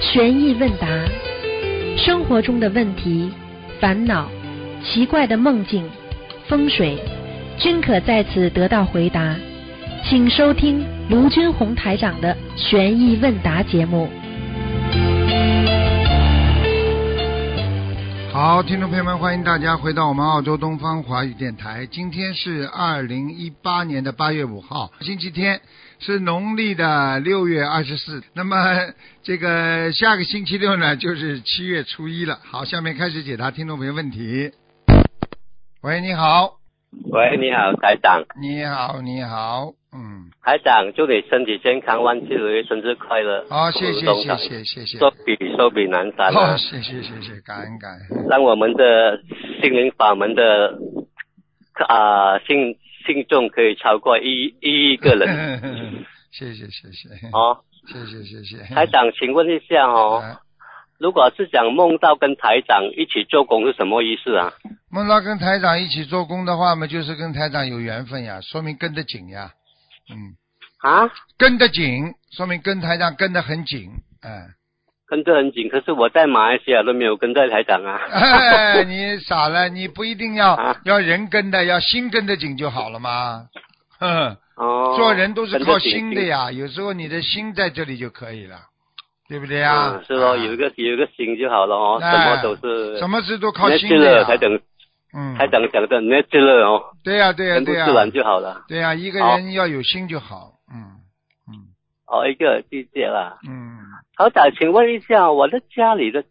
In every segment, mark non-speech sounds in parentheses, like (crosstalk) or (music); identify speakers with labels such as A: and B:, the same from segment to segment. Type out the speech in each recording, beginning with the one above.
A: 悬疑问答，生活中的问题、烦恼、奇怪的梦境、风水，均可在此得到回答。请收听卢军红台长的悬疑问答节目。
B: 好，听众朋友们，欢迎大家回到我们澳洲东方华语电台。今天是二零一八年的八月五号，星期天，是农历的六月二十四。那么这个下个星期六呢，就是七月初一了。好，下面开始解答听众朋友问题。喂，你好，
C: 喂，你好，台长，
B: 你好，你好，嗯，
C: 台长，祝你身体健康，万事如意，生日快乐。
B: 好，谢谢，
C: 龙
B: 谢
C: 港
B: 谢，谢谢，
C: 寿比寿比南山
B: 好，
C: 啊！
B: 谢谢，谢谢，感恩感恩。
C: 让我们的心灵法门的啊、信信众可以超过一一亿
B: (laughs)
C: 个人
B: 谢谢谢谢，
C: 哦。
B: 谢谢谢谢。
C: 台长，请问一下哦，
B: 啊
C: 如果是讲梦到跟台长一起做工是什么意思啊？
B: 梦到跟台长一起做工的话嘛，就是跟台长有缘分呀，说明跟得紧呀，嗯，
C: 啊，
B: 跟得紧，说明跟台长跟得很紧，哎，
C: 跟得很紧，可是我在马来西亚都没有跟在台长啊。
B: (laughs) 哎，你傻了，你不一定要、
C: 啊
B: 要人跟的，要心跟得紧就好了嘛，哼，(laughs)
C: 哦，
B: 做人都是
C: 跟
B: 靠
C: 哦得紧
B: 心的。呀，有时候你的心在这里就可以了，对不对呀？
C: 嗯，是咯，
B: 啊哎
C: 有一个有一个心就好了哦，什么都是
B: 什么事都靠心
C: natural，
B: 的呀
C: 台，长
B: 嗯，
C: 台长讲的 natural 哦，
B: 对呀对呀啊
C: 全部
B: 对
C: 自
B: 呀，
C: 然就好了。
B: 对呀、一个
C: 好
B: 人要有心就好。嗯嗯
C: 哦，一个季节啦。
B: 嗯，
C: 好长，请问一下，我的家里的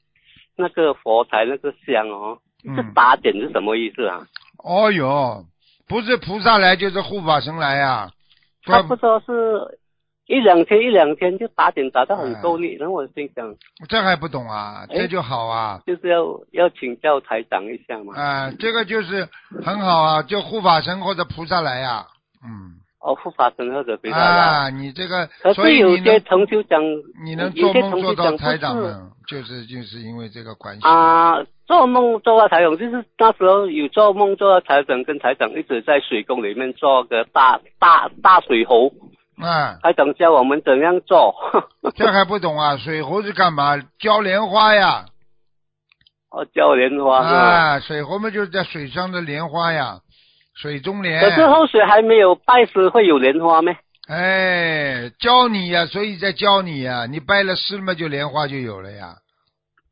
C: 那个佛台那个香哦，
B: 嗯
C: 这打点是什么意思啊？
B: 哦哟，不是菩萨来就是护法神来呀、啊，
C: 他
B: 怪
C: 不说是一两天一两天就打点打到很
B: 哎
C: 够力，然后我心想
B: 这还不懂啊，
C: 哎
B: 这就好啊。
C: 就是要要请教台长一下嘛。
B: 啊、这个就是很好啊，就护法神或者菩萨来呀、嗯，
C: 哦，护法神或者菩萨啦。
B: 啊，你这个
C: 可，
B: 所
C: 是
B: 以
C: 有
B: 你
C: 些
B: 能
C: 同修讲，
B: 你能
C: 有
B: 做
C: 些
B: 梦
C: 同
B: 做
C: 修
B: 到
C: 讲
B: 台长
C: 不是
B: 们，就是就是因为这个关系。
C: 啊，做梦做到台长，就是那时候有做梦做到台长，跟台长一直在水沟里面做个大大大水猴，
B: 啊，
C: 台长教我们怎样做。 (laughs)
B: 这还不懂啊？水猴是干嘛？浇莲花呀。
C: 哦，教莲花是吧？
B: 啊，水猴嘛就是在水上的莲花呀，水中莲。
C: 可是后水还没有拜师会有莲花咩？
B: 哎，教你呀，所以在教你呀，你拜了师嘛，就莲花就有了呀。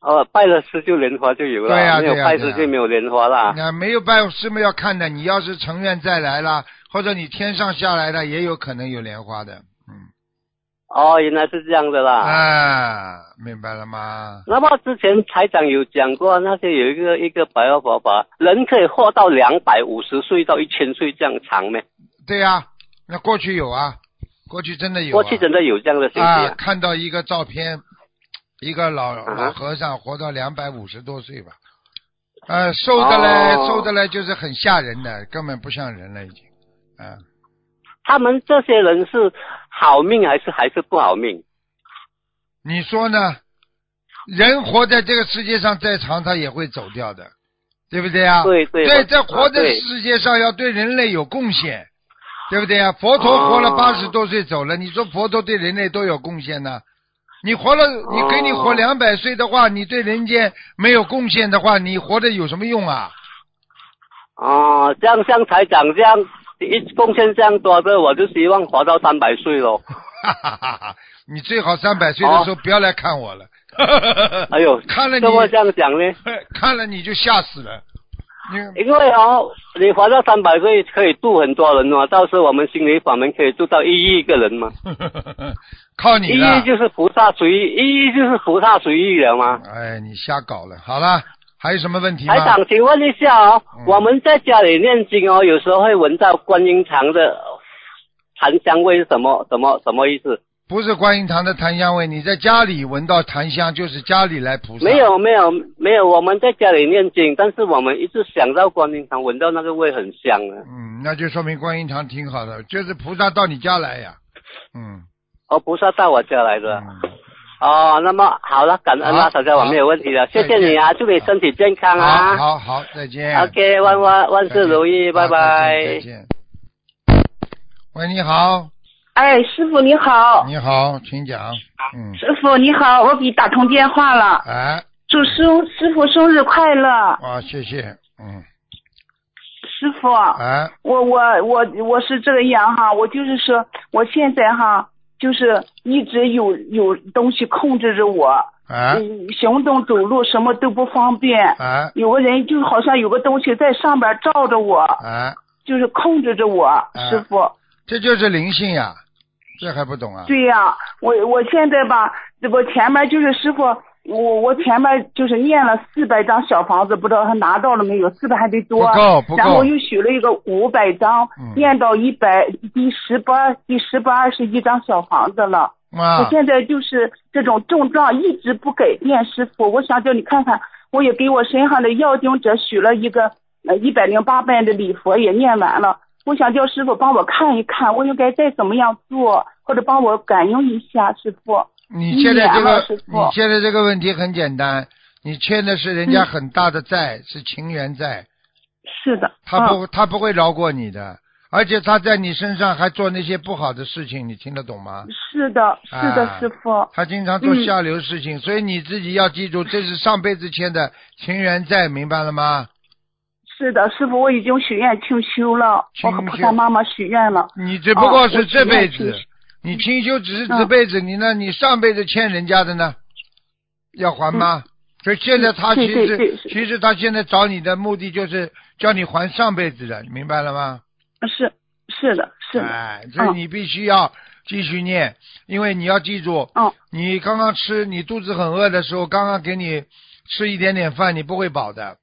C: 哦，拜了师就莲花就有了，
B: 对呀
C: 没有
B: 对呀
C: 拜
B: 对
C: 师
B: 呀嗯
C: 就没有莲花啦。
B: 那没有拜师嘛要看的，你要是成愿再来啦，或者你天上下来的，也有可能有莲花的。嗯，
C: 哦，原来是这样的啦。
B: 啊，明白了吗？
C: 那么之前台长有讲过，那些有一个一个白话佛法，人可以活到两百五十岁到一千岁这样长咩？
B: 对呀、那过去有啊，过去真的有、啊。
C: 过去真的有这样的信息
B: 啊
C: 啊，
B: 看到一个照片，一个老
C: 啊
B: 老和尚活到两百五十多岁吧，呃，瘦的嘞，
C: 哦
B: 瘦的嘞，就是很吓人的，根本不像人了已经，啊，
C: 他们这些人是好命还是还是不好命？
B: 你说呢？人活在这个世界上再长，他也会走掉的，对不对啊？
C: 对对
B: 在
C: 我
B: 在活
C: 啊
B: 在
C: 对
B: 世界上要对人类有贡献，对不对啊？佛陀活了
C: 哦
B: 八十多岁走了，你说佛陀对人类都有贡献呢？你活了，你给你活
C: 哦
B: 两百岁的话，你对人间没有贡献的话，你活着有什么用啊？ (laughs)
C: 哦，这样像台长这样一贡献这样多的，我就希望活到三百岁咯。
B: 哈哈哈哈！你最好三百岁的时候不要来看我了， (laughs)
C: 哎呦，
B: 看了你
C: 怎么这样讲呢？
B: (laughs) 看了你就吓死了。你
C: 因为哦，你活到三百岁可以度很多人嘛，到时候我们心理法门可以度到一亿个人嘛。
B: (laughs) 靠你
C: 一
B: 了
C: 亿。就是菩萨随意，一亿就是菩萨随意了吗？
B: 哎，你瞎搞了。好了，还有什么问题吗
C: 台？长，请问一下哦，
B: 嗯
C: 我们在家里念经哦，有时候会闻到观音堂的呃檀香味是什么什么什么意思？
B: 不是观音堂的檀香味，你在家里闻到檀香，就是家里来菩萨。
C: 没。有没有没有，我们在家里念经，但是我们一直想到观音堂，闻到那个味很香啊。
B: 嗯，那就说明观音堂挺好的，就是菩萨到你家来呀。嗯。
C: 哦，菩萨到我家来的。
B: 嗯
C: 哦，那么好了，感恩
B: 好
C: 啦，小家我
B: 好
C: 没有问题了，谢谢
B: 嗯再见
C: 你啊，祝你身体健康
B: 好
C: 啊。
B: 好好，再见。嗯
C: OK，万万万事如
B: 再
C: 意，
B: 见
C: 拜
B: 好再见
C: 拜
B: 再。见。喂，你好。
D: 哎，师傅你好，
B: 你好，请讲。嗯，
D: 师傅你好，我给你打通电话了，
B: 哎，
D: 祝师师傅生日快乐，
B: 啊，谢谢。嗯，
D: 师傅。
B: 哎，
D: 我我我我是这个样哈，我就是说我现在哈，就是一直有有东西控制着我，
B: 哎，
D: 嗯，行动走路什么都不方便。
B: 哎，
D: 有个人就好像有个东西在上边罩着我，
B: 哎，
D: 就是控制着我，师傅。
B: 这就是灵性呀，这还不懂啊？
D: 对呀、我我现在吧，我前面就是师傅，我我前面就是念了四百张小房子，不知道他拿到了没有，四百还得
B: 不
D: 多。
B: 够，不
D: 然后
B: 够
D: 我。又许了一个五百张，
B: 嗯
D: 念到一百第十八第十八二十一张小房子了。我
B: 啊，
D: 现在就是这种症状一直不改变，师傅，我想叫你看看，我也给我身上的要经者许了一个呃一百零八遍的礼佛也念完了，我想叫师傅帮我看一看，我应该再怎么样做，或者帮我感应一下，师傅。
B: 你现在这
D: 一年
B: 个
D: 了师，
B: 你
D: 傅
B: 现在这个问题很简单，你欠的是
D: 嗯
B: 人家很大的债，是情缘债，
D: 是的，
B: 他
D: 嗯、
B: 不他不会饶过你的，而且他在你身上还做那些不好的事情，你听得懂吗？
D: 嗯是的，是的，
B: 啊
D: 师傅。
B: 他经常做
D: 嗯
B: 下流事情，所以你自己要记住，这是上辈子欠的情缘债，明白了吗？
D: 是的，师傅，我已经许愿清修了，
B: 清修
D: 我和菩萨妈妈许愿了。
B: 你只不过是这辈
D: 哦我
B: 子，
D: 知道嗯
B: 你清修只是这辈子，你呢？你上辈子欠人家的呢，要还吗？所以现在他其
D: 嗯对对
B: 实
D: 对是
B: 其实他现在找你的目的就是叫你还上辈子的，明白了吗？
D: 是是的，是的，
B: 哎，所
D: 嗯
B: 以你必须要继续念，因为你要记住，
D: 嗯，
B: 你刚刚吃，你肚子很饿的时候，刚刚给你吃一点点饭，你不会饱的。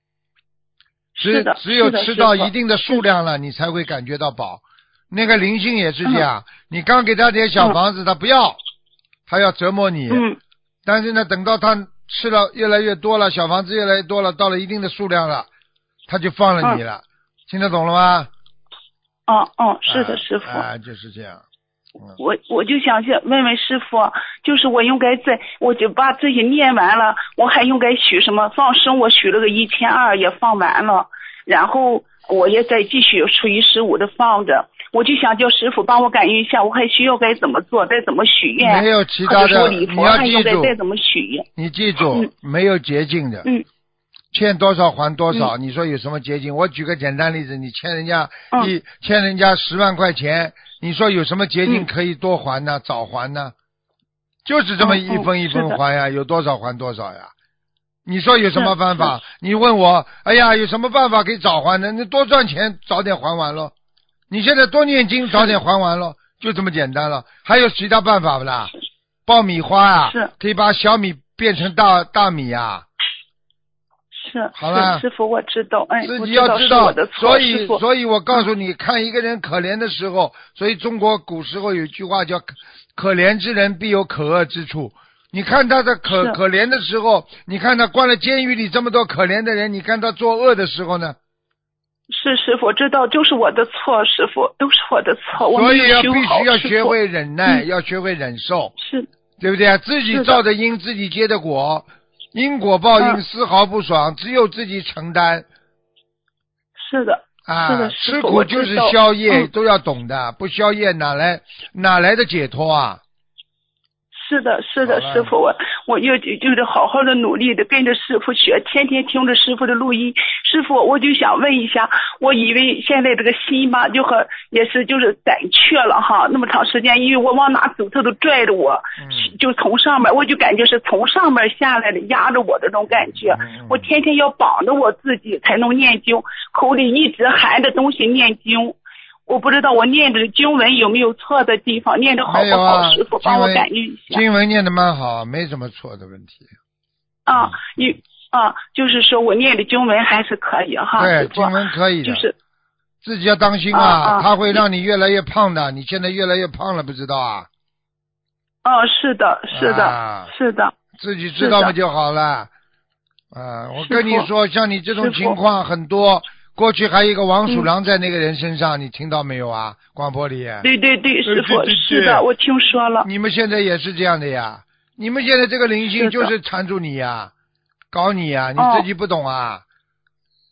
B: 只
D: 是的
B: 只有
D: 是的
B: 吃到
D: 是的
B: 一定的数量了，你才会感觉到饱。那个灵性也是这样，你刚给他点小房子，他不要，他要折磨你。
D: 嗯
B: 但是呢，等到他吃了越来越多了，小房子越来越多了，到了一定的数量了，他就放了你了。听得懂了吗？
D: 哦哦，嗯是
B: 啊
D: 的，师傅。
B: 啊，就是这样。
D: 我我就想去问问师傅，就是我应该在，我就把这些念完了，我还应该许什么放生？我许了个一千二，也放完了，然后我也再继续初一十五的放着。我就想叫师傅帮我感应一下，我还需要该怎么做，该怎么许愿？
B: 没有其
D: 或
B: 他
D: 者说
B: 的，
D: 礼
B: 你
D: 佛
B: 要
D: 还
B: 记
D: 应该
B: 住，
D: 再怎么许愿？
B: 你记住，
D: 嗯
B: 没有捷径的，
D: 嗯
B: 欠多少还多少。你说有什么捷径？我举个简单例子，你欠人家
D: 嗯
B: 一、欠人家十万块钱，你说有什么捷径
D: 嗯
B: 可以多还呢？早还呢？就是这么
D: 嗯
B: 一
D: 嗯
B: 分一分
D: 是的
B: 还呀，有多少还多少呀。你说有什么办法？你问我，哎呀，有什么办法可以早还呢？那多赚钱，早点还完喽。你现在多念经，早点还完喽，就这么简单了。还有其他办法不啦？爆米花啊
D: 是，
B: 可以把小米变成大大米啊。
D: 是，
B: 好了
D: 是师傅，我知道，哎，
B: 自
D: 我
B: 己
D: 知
B: 要
D: 道
B: 知
D: 是我的错，
B: 所
D: 师
B: 以
D: 傅
B: 所以我告诉你，看一个人可怜的时候，所以中国古时候有一句话叫“可怜之人必有可恶之处”。你看他的可
D: 是
B: 可怜的时候，你看他关了监狱里这么多可怜的人，你看他作恶的时候呢？
D: 是师傅，我知道就是我的错，师傅都是我的错，我
B: 所
D: 没
B: 以要
D: 有
B: 必
D: 修好，
B: 须要
D: 师
B: 学
D: 傅
B: 会忍耐，要学会忍受，
D: 是
B: 对不对啊？自
D: 是
B: 己
D: 的
B: 造的因，自己结的果，因果报应
D: 嗯
B: 丝毫不爽，只有自己承担。
D: 是的，是
B: 啊，
D: 的师
B: 吃
D: 傅
B: 苦
D: 我
B: 就
D: 知
B: 是
D: 道
B: 宵夜，
D: 嗯
B: 都要懂的，不宵夜哪来哪来的解脱啊？
D: 是的，是的
B: 好，了
D: 师傅，我我就就是好好的努力的跟着师傅学，天天听着师傅的录音。师傅，我就想问一下，我以为现在这个心吧，就和也是就是胆怯了哈，那么长时间，因为我往哪走他都拽着我，
B: 嗯
D: 就从上面，我就感觉是从上面下来的压着我的这种感觉。
B: 嗯
D: 我天天要绑着我自己才能念经，口里一直含着东西念经。我不知道我念的经文有没有错的地方，念的好
B: 没
D: 不
B: 有
D: 好？
B: 啊
D: 师傅
B: 经
D: 帮我
B: 文
D: 感应一下。
B: 经文念的蛮好，没什么错的问题。
D: 啊，有啊，就是说我念的经文还啊是可以哈，
B: 对，
D: 师傅
B: 经文可以的，
D: 就是
B: 自己要当心
D: 啊
B: 啊，
D: 啊
B: 它会让你越来越胖的。你现在越来越胖了，不知道啊？
D: 哦，是的，是的，
B: 啊
D: 是的，
B: 自己知道嘛
D: 是的
B: 就好了。啊，我
D: 师
B: 跟你
D: 傅
B: 说，像你这种
D: 师傅
B: 情况很多。过去还有一个王
D: 嗯
B: 鼠狼在那个人身上，你听到没有啊？广播里。
D: 对对对，师
B: 对
D: 傅
B: 对
D: 是
B: 对
D: 的，我听说了，
B: 你们现在也是这样的呀？你们现在这个灵性就是缠住你呀，搞你呀，
D: 哦
B: 你自己不懂啊？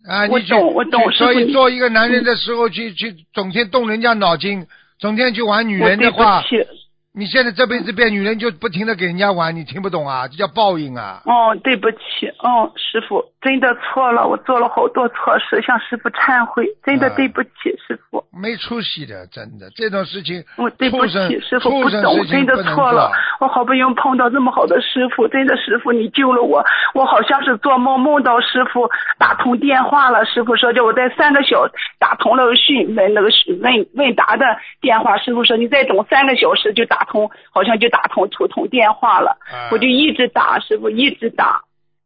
B: 啊，
D: 我
B: 你去
D: 懂我懂
B: 去所
D: 师傅
B: 以
D: 你嗯
B: 做一个男人的时候，去去总天动人家脑筋，整天去玩女
D: 我
B: 人
D: 对
B: 的
D: 不
B: 话，
D: 起，
B: 你现在这辈子变女人就不停的给人家玩，你听不懂啊？这叫报应啊！
D: 哦，对不起，哦，师傅，真的错了，我做了好多错事，向师傅忏悔，真的
B: 啊
D: 对不起，师傅。
B: 没出息的，真的这种事情，
D: 我对不
B: 畜生
D: 起，师傅
B: 畜
D: 不
B: 生
D: 懂，
B: 事情
D: 真的
B: 不能
D: 错了
B: 做。
D: 我好不容易碰到这么好的师傅，真的师傅你救了我。我好像是做梦梦到师傅打通电话了，师傅说叫我在三个小打通了讯问那个询问问答的电话，师傅说你再等三个小时就打通，好像就打通图通电话了。
B: 啊
D: 我就一直打，师傅一直打。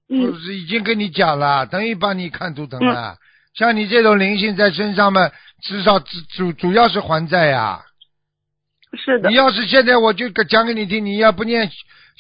B: 不
D: 嗯，
B: 是已经跟你讲了，等于帮你看图腾了。像你这种灵性在身上嘛，至少主主主要是还债呀、
D: 是的
B: 你，要是现在我就给讲给你听，你要不念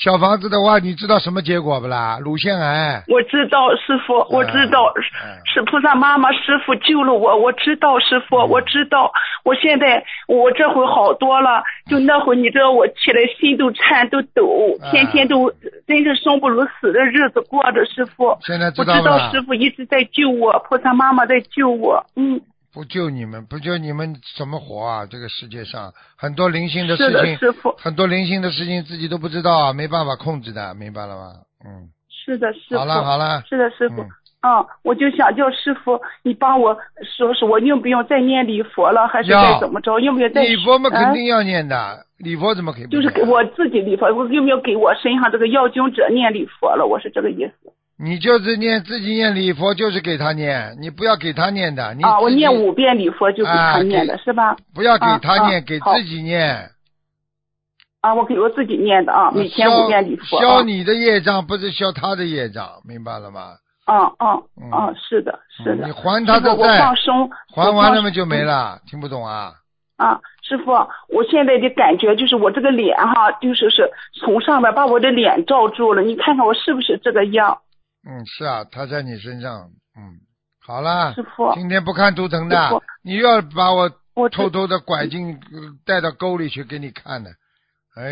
B: 小房子的话，你知道什么结果不啦？乳腺癌。
D: 我知道师傅，我知道
B: 嗯嗯
D: 是菩萨妈妈，师傅救了我，我知道师傅，我知道，我现在我这回好多了，就那会你知道我起来心都颤都抖
B: 嗯，
D: 天天都真是生不如死的日子过着，师傅，
B: 现在
D: 我
B: 知
D: 知
B: 道不
D: 道
B: 啦？
D: 师傅一直在救我，菩萨妈妈在救我，嗯，
B: 不救你们，不救你们怎么活啊？这个世界上很多灵性的事
D: 是的，
B: 情，
D: 师傅，
B: 很多灵性的事情自己都不知道啊，没办法控制的，明白了吗？嗯，
D: 是的，师傅，
B: 好了好了，
D: 是的，师傅。
B: 嗯
D: 嗯，我就想叫师傅，你帮我说说，我用不用再念礼佛了，还是
B: 要
D: 再怎么着？用不用再
B: 礼佛嘛肯
D: 啊
B: 定要念的，礼佛怎么可以不
D: 就是给
B: 念啊
D: 我自己礼佛，我有没有给我身上这个要经者念礼佛了？我是这个意思
B: 你就是念自己念礼佛，就是给他念，你不要给他念的，你
D: 啊。
B: 自
D: 我
B: 己
D: 念五遍礼佛就给
B: 啊
D: 他念
B: 给
D: 的是吧？
B: 不要给他念，
D: 啊啊
B: 给
D: 好
B: 自己念。
D: 啊，我给我自己念的啊，每天
B: 消
D: 五遍礼佛
B: 消
D: 啊。
B: 你的业障，不是消他的业障，明白了吗？
D: 嗯嗯
B: 嗯
D: 嗯，是的，是的。
B: 你还他
D: 师
B: 的
D: 傅我
B: 债
D: 放，松，
B: 还完了嘛
D: 吗？
B: 就没了，听不懂啊？
D: 啊，师傅，我现在的感觉就是我这个脸哈，就是是从上面把我的脸罩住了，你看看我是不是这个样？
B: 嗯，是啊，他在你身上，嗯，好啦
D: 师，傅，
B: 今天不看图腾的
D: 师傅，
B: 你又要把我
D: 我
B: 偷偷的拐进呃带到沟里去给你看的，哎。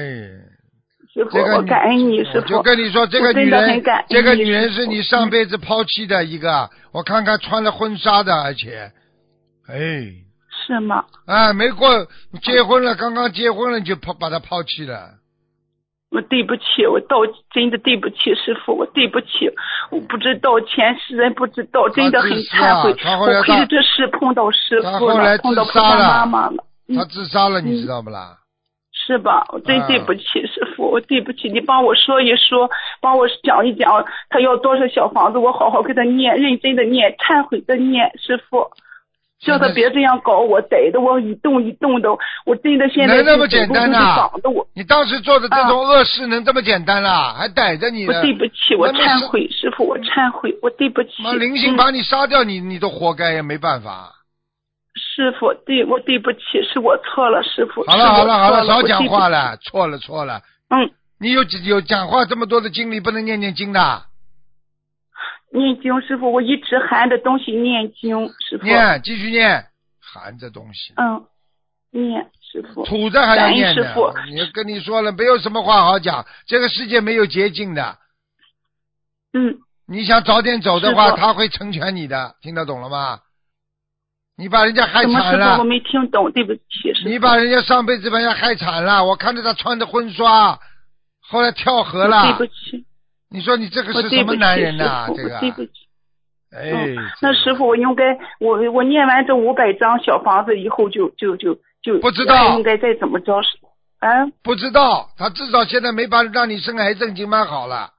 D: 师傅，
B: 这个
D: 我
B: 女
D: 感恩你，师
B: 我就
D: 傅。
B: 跟你说，这个
D: 我真
B: 女
D: 的
B: 人
D: 很感，
B: 这个
D: 恩你
B: 女人
D: 师
B: 是
D: 父
B: 你上辈子抛弃的一个。啊我看看穿了婚纱的，而且，哎，
D: 是吗？
B: 啊，没过结婚了，刚刚结婚了你就抛把她抛弃了。
D: 我对不起，我道真的对不起师傅，我对不起，我不知道前世人不知道，真的很忏悔，
B: 他自杀他后来
D: 我亏
B: 他
D: 着这事碰到师
B: 他
D: 傅
B: 后来
D: 了，
B: 自
D: 碰到菩
B: 杀
D: 萨
B: 了
D: 妈妈了，
B: 她自杀了，你
D: 嗯
B: 知道不啦？
D: 是吧？我真
B: 啊
D: 对不起师
B: 嗯
D: 傅，我对不起，你帮我说一说，帮我讲一讲，他要多少小房子，我好好给他念，认真的念，忏悔的念，师傅。叫他
B: 现在
D: 别这样搞我，逮得我一动一动的，我真的现在
B: 能那么
D: 就
B: 简单啊
D: 走
B: 呐
D: 路都是挡着我，
B: 你当时做的这种恶事能这么简单啦？还逮着你
D: 我
B: 呢？
D: 对啊不起，我
B: 那么是
D: 忏悔，师傅，我忏悔，我对不起。
B: 妈，灵性
D: 嗯
B: 把你杀掉，你你都活该呀，没办法。
D: 师傅，对我对不起，是我错了，师傅。
B: 好了好了好了，
D: 了，
B: 少讲话
D: 了。
B: 了，错了错了。
D: 嗯，
B: 你有有讲话这么多的精力，不能念念经的。
D: 念经，师傅，我一直含着东西念经，师傅。
B: 念，继续念，含着东西，
D: 嗯，念，师傅。
B: 吐着还要念
D: 感
B: 的
D: 恩师父。
B: 你跟你说了，没有什么话好讲，这个世界没有捷径的。
D: 嗯，
B: 你想早点走的话，
D: 师父
B: 他会成全你的，听得懂了吗？你把人家害
D: 什么
B: 惨
D: 师傅我
B: 了，
D: 没听懂，对不起，师
B: 你
D: 傅。
B: 把人家上辈子把人家害惨了。我看着他穿着婚纱，后来跳河
D: 我
B: 了
D: 对不。起，
B: 你说你这个
D: 我
B: 是
D: 对
B: 什
D: 不
B: 么
D: 起，
B: 男人
D: 师
B: 呐、
D: 傅，
B: 这
D: 我对不
B: 个，
D: 起。
B: 哎，
D: 嗯，那
B: 这个
D: 师傅，我应该，我我念完这五百张小房子以后就，就就就
B: 不知道
D: 还应该再怎么着？是啊，
B: 不知道，他至少现在没把让你生癌症，已经蛮好了。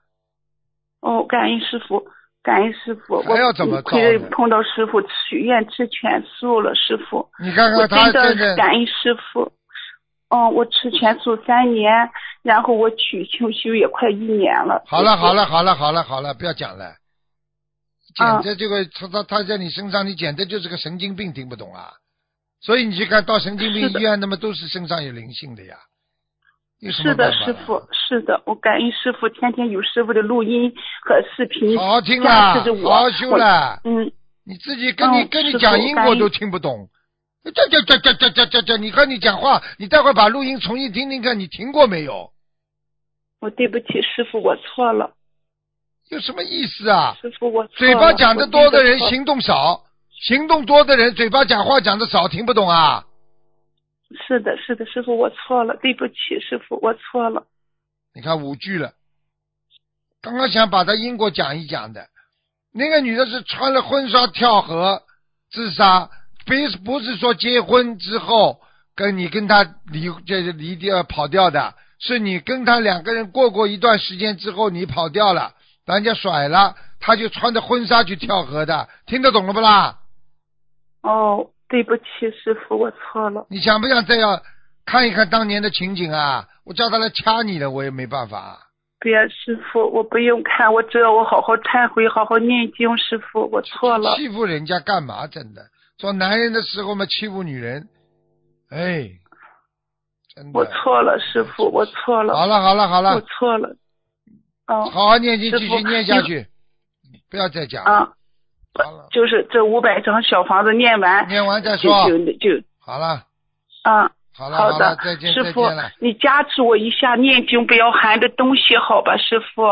D: 哦，感恩师傅，感恩师傅，
B: 还要怎么
D: 我亏
B: 造呢
D: 着碰到师傅许愿吃全素了，师傅，
B: 你看
D: 我
B: 看他
D: 真
B: 现
D: 的
B: 在
D: 感恩师傅。嗯，我吃全素三年，然后我取清修也快一年了。
B: 好了
D: 师傅
B: 好，了好了好了好了，不要讲了。简
D: 啊
B: 直这个他他他在你身上，你简直就是个神经病，听不懂啊！所以你去看到神经病
D: 是
B: 医
D: 的
B: 院，那么都是身上有灵性的呀。有什么
D: 是的，
B: 办法
D: 师
B: 呢
D: 傅，是的，我感恩师傅，天天有师傅的录音和视频，
B: 好好听
D: 加
B: 啦，
D: 持着
B: 好
D: 我。
B: 好修
D: 我。
B: 啦。
D: 嗯，
B: 你自己跟你
D: 嗯
B: 跟你
D: 师傅
B: 讲英
D: 感
B: 国
D: 恩
B: 都听不懂，这这这这这这这这，你跟你讲话，你待会儿把录音重新听听看，你听过没有？
D: 我对不起师傅，我错了，
B: 有什么意思啊？
D: 师傅我错了。
B: 嘴巴讲
D: 我
B: 的
D: 真
B: 多的人
D: 错了
B: 行动少，行动多的人嘴巴讲话讲的少，听不懂啊？
D: 是的，是的，师傅，我错了，对不起，师傅，我错了。
B: 你看五句了。刚刚想把他因果讲一讲的，那个女的是穿了婚纱跳河自杀，别不是说结婚之后跟你跟他离这是离掉跑掉的，是你跟他两个人过过一段时间之后你跑掉了，把人家甩了，他就穿着婚纱去跳河的，听得懂了不啦？
D: 哦，对不起，师傅，我错了。
B: 你想不想再要看一看当年的情景啊？我叫他来掐你的，我也没办法啊。
D: 别，师傅，我不用看，我只要我好好忏悔，好好念经。师傅，我错了。
B: 欺负人家干嘛？真的，做男人的时候嘛，欺负女人，哎，真的。
D: 我错了，师傅，我错了，
B: 好了好了好
D: 我
B: 了，
D: 错了。嗯
B: 好好念经，
D: 师
B: 继
D: 傅
B: 续念下去，不要再讲了。
D: 啊，
B: 好了，
D: 就是这五百张小房子念完，
B: 念完再
D: 就
B: 说。
D: 就就
B: 好了
D: 啊，
B: 好了
D: 好
B: 了
D: 的，，
B: 再见
D: 师
B: 再
D: 傅
B: 见了。，
D: 你加持我一下念经，不要含着东西，好吧，师傅。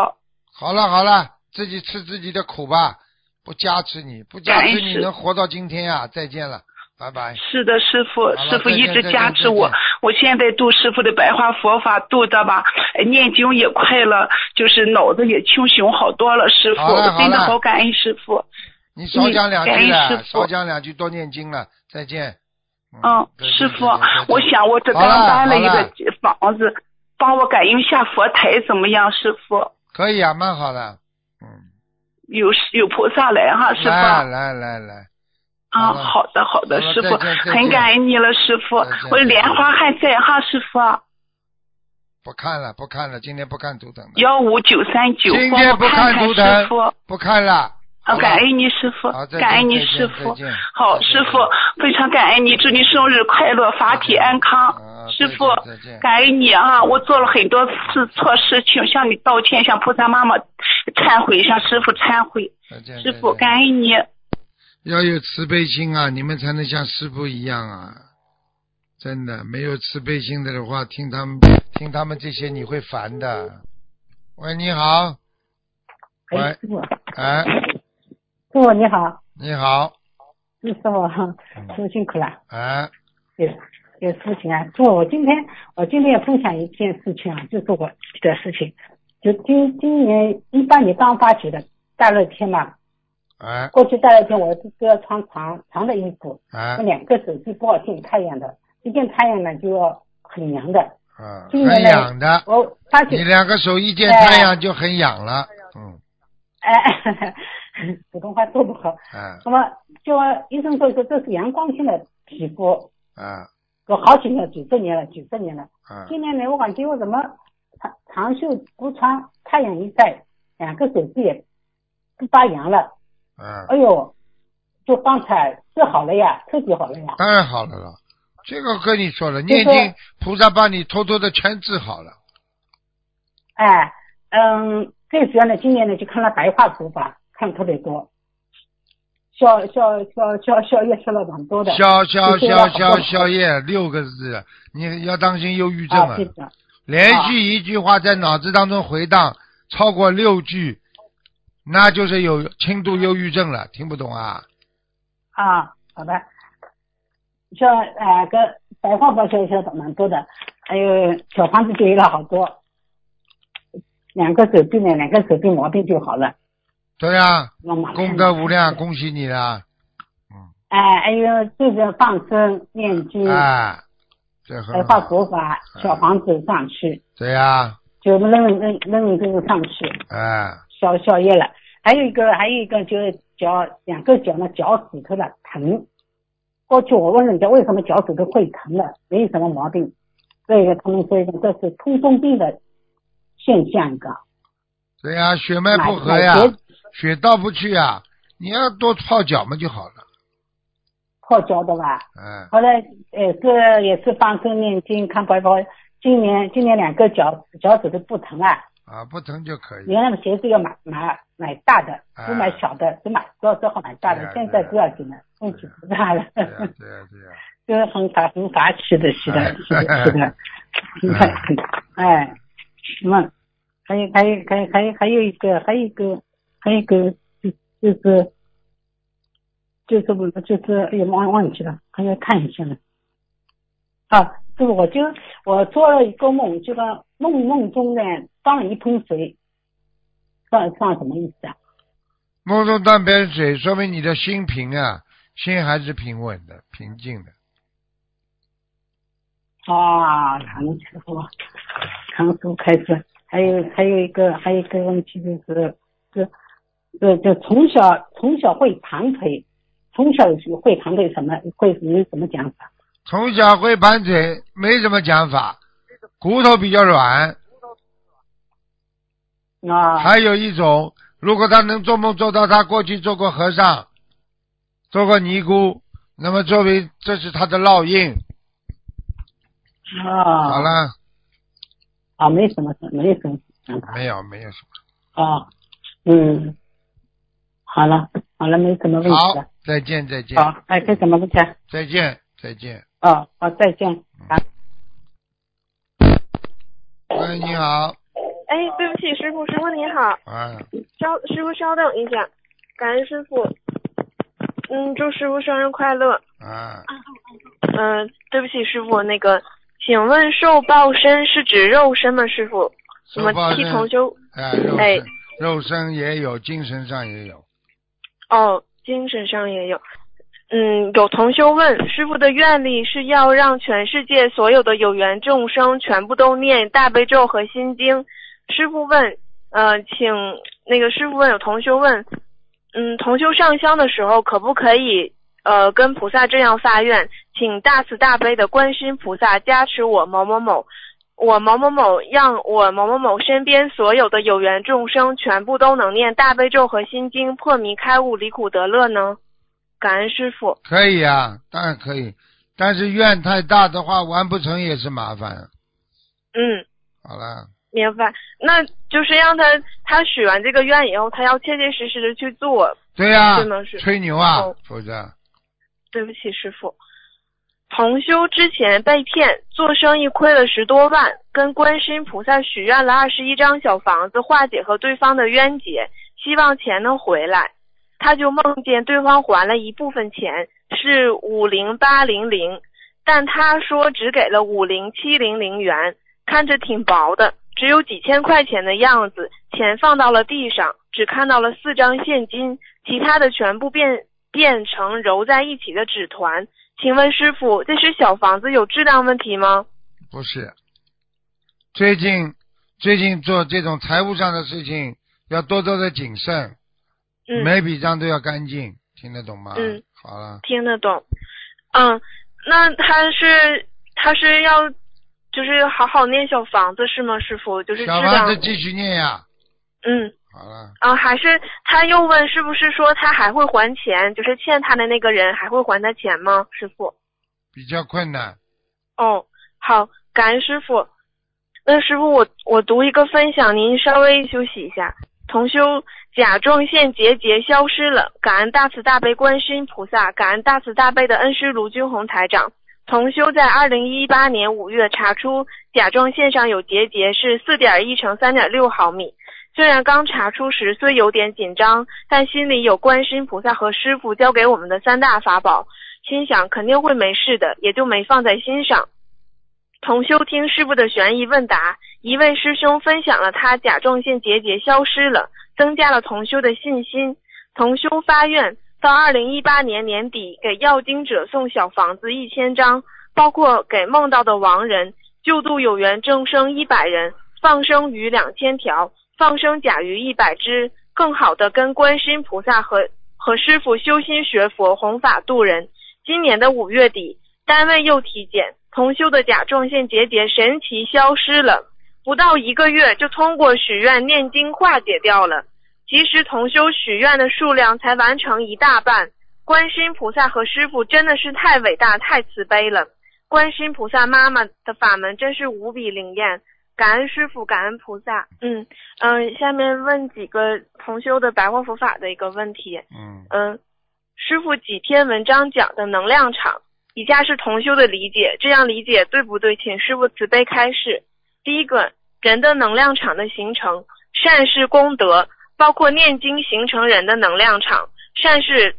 B: 好了好了，自己吃自己的苦吧，不加持你，不加
D: 感恩
B: 持你
D: 师
B: 能活到今天啊！再见了，拜拜。
D: 是的，师傅，
B: 了
D: 师傅
B: 再
D: 一
B: 见
D: 直
B: 再
D: 加
B: 见
D: 持
B: 再
D: 我
B: 见。
D: 我现在度师傅的白话佛法度的吧，哎念经也快了，就是脑子也清醒好多了。师傅，
B: 好了
D: 我真的
B: 好了
D: 好感恩师傅。
B: 你少讲两句
D: 感恩
B: 了，
D: 哎师父
B: 少讲两句，多念经了。再见。
D: 嗯，
B: 再见
D: 师
B: 再
D: 傅
B: 见再见，
D: 我想我这刚
B: 好了
D: 搬了一
B: 好
D: 个
B: 了
D: 房子，帮我感应一下佛台怎么样？师傅，
B: 可以啊，蛮好的。嗯，
D: 有有菩萨来哈，师
B: 来
D: 傅。
B: 来来来，
D: 啊，
B: 好了
D: 好的好的，
B: 好了
D: 师傅
B: 再见再，
D: 很
B: 见
D: 感恩你了，师傅
B: 再见。再
D: 我
B: 见
D: 莲花还在哈，师傅，
B: 不看了，不看了，今天不看图腾了，
D: 幺五九三九，
B: 今
D: 帮
B: 天
D: 我
B: 不
D: 看
B: 图
D: 看
B: 腾
D: 师傅。，
B: 不看了。好
D: 啊，
B: 吧
D: 感恩你师傅
B: 好，再见
D: 感恩你
B: 再见
D: 师
B: 再
D: 傅
B: 见。
D: 好，
B: 再
D: 师
B: 见
D: 傅非常感恩你，祝你生日快乐，法体安
B: 啊
D: 康。
B: 再
D: 师
B: 见
D: 傅
B: 再见，
D: 感恩你啊！我做了很多次错事情，向你道歉，向菩萨妈妈忏悔，向师傅忏悔。
B: 再见，
D: 师
B: 再
D: 傅，
B: 见
D: 感恩你。
B: 要有慈悲心啊，你们才能像师傅一样啊！真的，没有慈悲心的话，听他们听他们这些，你会烦的。喂，你好。
E: 哎，
B: 喂，
E: 师傅，师
B: 哎，
E: 傅你好，
B: 你好，
E: 师傅，师傅辛苦了，
B: 哎，
E: 有有事情啊。师傅，我今天我今天也分享一件事情啊，就是我的事情，就今今年一八年刚发起的大热天嘛，
B: 哎，
E: 过去大热天我都都要穿长长的衣服，
B: 哎
E: 我，两个手臂不好见太阳的，一见太阳呢就要很凉的。
B: 啊，
E: 今年
B: 很
E: 呢
B: 痒的。
E: 我发
B: 你
E: 现
B: 两个手一见太阳就很痒了，嗯，
E: 哎， (laughs) 普通话说不好，
B: 哎，
E: 那么就医生说说这是阳光性的皮肤，
B: 哎，
E: 我好几年几十年了，几十年了。
B: 哎，
E: 今年呢，我感觉我怎么长长袖不穿，太阳一晒，两个手臂也不发痒了。
B: 哎，
E: 哎呦，就刚才治好了呀，彻底好了呀。
B: 当然好了了。这个跟你说了，
E: 就是
B: 念经菩萨帮你偷偷的全治好了。
E: 哎，嗯，最主要呢，今年呢就看了白话佛法，看特别多，消消消消消业消了蛮多的。
B: 消消
E: 就是
B: 消
E: 要
B: 消
E: 好
B: 消业六个字，你要当心忧郁症
E: 啊，
B: 啊
E: 对！的，
B: 连续一句话在脑子当中回荡超过六句，那就是有轻度忧郁症了。听不懂啊？
E: 啊，好的。像哎、个白话佛消业消的蛮多的，还有小房子就有了好多。两个手臂呢，两个手臂毛病就好了。
B: 对呀、
E: 那么
B: 功德无量，恭喜你啦！
E: 哎，还有这个放生、念经、
B: 哎，这
E: 白
B: 很
E: 话
B: 好。
E: 佛法、
B: 嗯
E: 小房子上去，
B: 对呀、
E: 就认认认真上去，
B: 哎，
E: 消消业了。还有一个，还有一个就是脚两个脚呢，脚趾头的疼。过去我问人家为什么脚趾头会疼的，没有什么毛病。这个他们说一个这是通风病的现象啊一个，
B: 对呀、血脉不和
E: 哪
B: 呀、
E: 哪节
B: 血到不去呀、你要多泡脚嘛就好了。
E: 泡脚的吧。
B: 嗯，
E: 后来也是也是放生念经看白包，今年今年两个脚脚趾头不疼啊，
B: 啊，不疼就可以。
E: 原来的鞋子要买买买大的，
B: 啊
E: 不买小的，只买主要是好买大的
B: 对啊，
E: 现在不要紧了，问题不大了，
B: 对啊呀、对呀、对呀、
E: 就是很法很法喜的，是的
B: 哎，
E: 是的，是的，哎，那么还有还有还有还有还有一个还有一个还有一个就就是就是我就是哎呀忘忘记了，还要看一下呢。啊，就是我就我做了一个梦，这个梦梦中呢放了一盆水，算算什么意思啊？
B: 梦中断边水，说明你的心平啊，心还是平稳的、平静的。
E: 啊，唐师傅，唐师傅开始，还有还有一个还有一个问题就是，这这这从小从小会盘腿，从小会盘腿什么会有什么讲法？
B: 从小会盘腿，没什么讲法，骨头比较软。
E: 啊
B: 还有一种，如果他能做梦做到他过去做过和尚，做过尼姑，那么作为这是他的烙印。
E: 啊
B: 好了，
E: 啊，没什么没什么讲法
B: 没有没有什
E: 啊，嗯，好了好了，没什么问
B: 么。好
E: 题了，，
B: 再见再见
E: 好，哎，这什么问题啊？
B: 再见再见。
E: 啊，好，再见。
B: 喂，你好，
F: 哎，对不起，师傅，师傅您好，
B: 啊，
F: 稍师傅稍等一下，感恩师傅。嗯，祝师傅生日快乐。
B: 啊，
F: 嗯、对不起，师傅，那个，请问受报身是指肉身吗？师傅，我
B: 受
F: 们
B: 报
F: 剃
B: 身
F: 头修
B: 啊，肉身、
F: 哎
B: 肉身也有，精神上也有。
F: 哦，精神上也有。嗯，有同修问师傅的愿力是要让全世界所有的有缘众生全部都念大悲咒和心经。师傅问，呃，请那个师傅问有同修问，嗯，同修上香的时候可不可以呃跟菩萨这样发愿，请大慈大悲的观世音菩萨加持我某某某，我某某某让我某某某身边所有的有缘众生全部都能念大悲咒和心经，破迷开悟，离苦得乐呢？感恩师傅。
B: 可以啊，当然可以，但是愿太大的话，完不成也是麻烦。
F: 嗯，
B: 好了，
F: 明白。那就是让他他许完这个愿以后，他要切切实实的去做。
B: 对呀、
F: 是吗是
B: 吹牛啊
F: 哦，
B: 否则
F: 对不起，师傅。同修之前被骗，做生意亏了十多万，跟观世音菩萨许愿了二十一张小房子，化解和对方的冤结，希望钱能回来。他就梦见对方还了一部分钱，是五零八零零，但他说只给了五零七零零元，看着挺薄的，只有几千块钱的样子。钱放到了地上，只看到了四张现金，其他的全部变变成揉在一起的纸团。请问师傅，这是小房子有质量问题吗？
B: 不是。最近最近做这种财务上的事情，要多多的谨慎，
F: 嗯，
B: 每笔账都要干净，听得懂吗？
F: 嗯，
B: 好了，
F: 听得懂。嗯，那他是他是要就是好好念小房子是吗？师傅就是质
B: 小房
F: 量
B: 子继续念呀，
F: 嗯。
B: 好了，
F: 啊，还是他又问，是不是说他还会还钱？就是欠他的那个人还会还他钱吗？师傅？
B: 比较困难，
F: 哦，好，感恩师傅。那师傅，我我读一个分享，您稍微休息一下。同修甲状腺结节消失了，感恩大慈大悲观世音菩萨，感恩大慈大悲的恩师卢军红台长。同修在二零一八年五月查出甲状腺上有结节，是四点一乘三点六毫米。虽然刚查出时虽有点紧张，但心里有观世音菩萨和师傅教给我们的三大法宝，心想肯定会没事的，也就没放在心上。同修听师傅的悬疑问答，一位师兄分享了他甲状腺结节消失了，增加了同修的信心。同修发愿到二零一八年年底给要经者送小房子一千张，包括给梦到的亡人、救度有缘众生一百人、放生鱼两千条、放生甲鱼一百只，更好的跟观世音菩萨和和师傅修心学佛、弘法度人。今年的五月底，单位又体检，同修的甲状腺结节神奇消失了，不到一个月就通过许愿念经化解掉了。其实同修许愿的数量才完成一大半，观世音菩萨和师傅真的是太伟大、太慈悲了。观世音菩萨妈妈的法门真是无比灵验，感恩师傅，感恩菩萨。嗯嗯、下面问几个同修的白话佛法的一个问题。
B: 嗯，
F: 嗯，师傅几篇文章讲的能量场，以下是同修的理解，这样理解对不对？请师傅慈悲开示。第一个，人的能量场的形成，善事功德，包括念经形成人的能量场。善事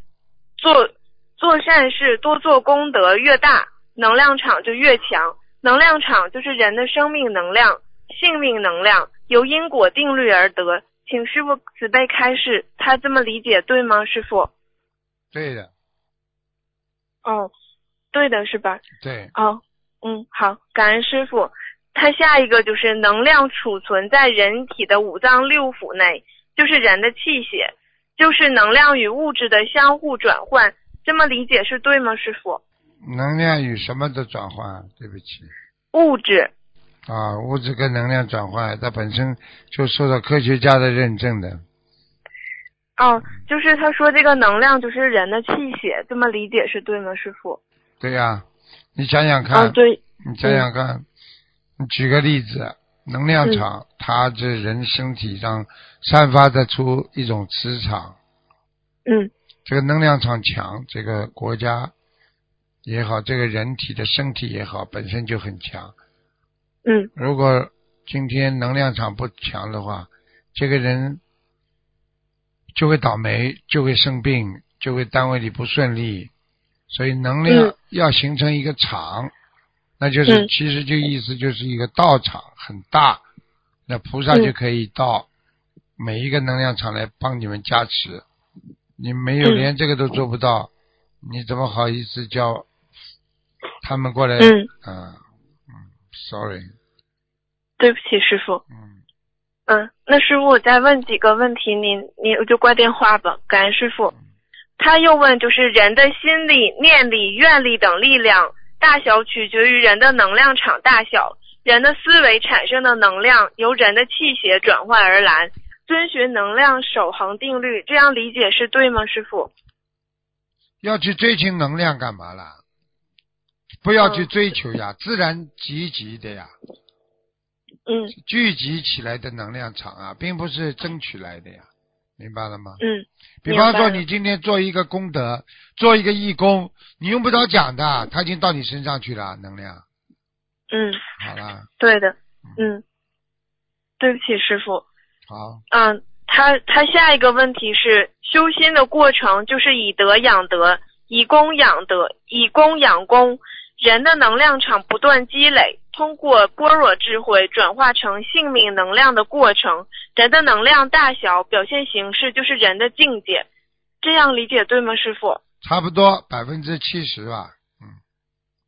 F: 做做善事，多做功德越大，能量场就越强。能量场就是人的生命能量、性命能量，由因果定律而得。请师傅慈悲开示，他这么理解对吗？师傅？
B: 对的，
F: 哦，对的是吧？
B: 对，
F: 哦，嗯，好，感恩师傅。他下一个就是能量储存在人体的五脏六腑内，就是人的气血，就是能量与物质的相互转换。这么理解是对吗，师傅？
B: 能量与什么的转换？啊对不起
F: 物质，
B: 啊，物质跟能量转换，它本身就受到科学家的认证的。
F: 哦，就是他说这个能量就是人的气血，这么理解是对吗，师傅？
B: 对呀、你想想看，
F: 啊，对，
B: 你想想看，你举个例子，能量场，它是人身体上散发得出一种磁场，
F: 嗯，
B: 这个能量场强，这个国家也好，这个人体的身体也好，本身就很强。
F: 嗯，
B: 如果今天能量场不强的话，这个人就会倒霉，就会生病，就会单位里不顺利。所以能量
F: 嗯
B: 要形成一个场，那就是、
F: 嗯
B: 其实就意思就是一个道场很大，那菩萨
F: 嗯
B: 就可以到每一个能量场来帮你们加持。你没有
F: 嗯
B: 连这个都做不到，你怎么好意思叫他们过来？
F: 嗯
B: 啊，嗯，sorry，
F: 对不起，师傅。
B: 嗯，
F: 嗯，那师傅，我再问几个问题，您您就挂电话吧。感恩师傅。他又问，就是人的心理、念力、愿力等力量大小取决于人的能量场大小，人的思维产生的能量由人的气血转换而来，遵循能量守恒定律，这样理解是对吗，师傅？
B: 要去追求能量干嘛啦？不要去
F: 嗯
B: 追求呀，自然集集的呀，
F: 嗯
B: 聚集起来的能量场啊，并不是争取来的呀，明白了吗？
F: 嗯
B: 比方
F: 明白
B: 说，
F: 了
B: 你今天做一个功德，做一个义工，你用不着讲的，他已经到你身上去了，能量，
F: 嗯，
B: 好啦，
F: 对的，嗯，对不起，师傅。
B: 好，
F: 嗯，他他下一个问题是修心的过程就是以德养德，以功养德，以功养功。人的能量场不断积累，通过般若智慧转化成性命能量的过程，人的能量大小表现形式就是人的境界。这样理解对吗，师傅？
B: 差不多百分之七十吧，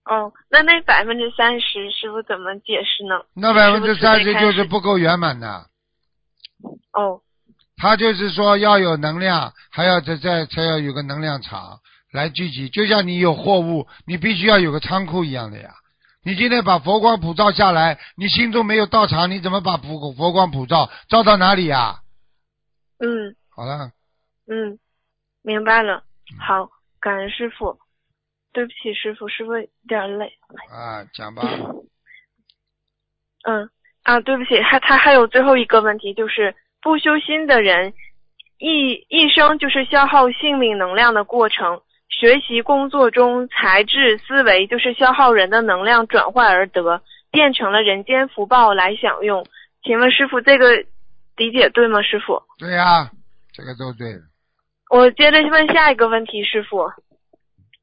F: 哦，那那百分之三十，师傅怎么解释呢？
B: 那百分之三
F: 是不
B: 十
F: 是
B: 就是不够圆满的。
F: 哦，
B: 他就是说要有能量，还要再再才要有个能量场来聚集，就像你有货物，你必须要有个仓库一样的呀。你今天把佛光普照下来，你心中没有道场，你怎么把普佛光普照照到哪里呀？
F: 嗯，
B: 好了，
F: 嗯，明白了。好，感恩师傅。对不起，师傅，师傅有点累。
B: 啊，讲吧，
F: 嗯啊，对不起，还他还有最后一个问题，就是不修心的人，一一生就是消耗性命能量的过程。学习工作中才智思维就是消耗人的能量转换而得，变成了人间福报来享用。请问师傅，这个理解对吗？师傅，
B: 对呀、这个都对的。
F: 我接着问下一个问题，师傅。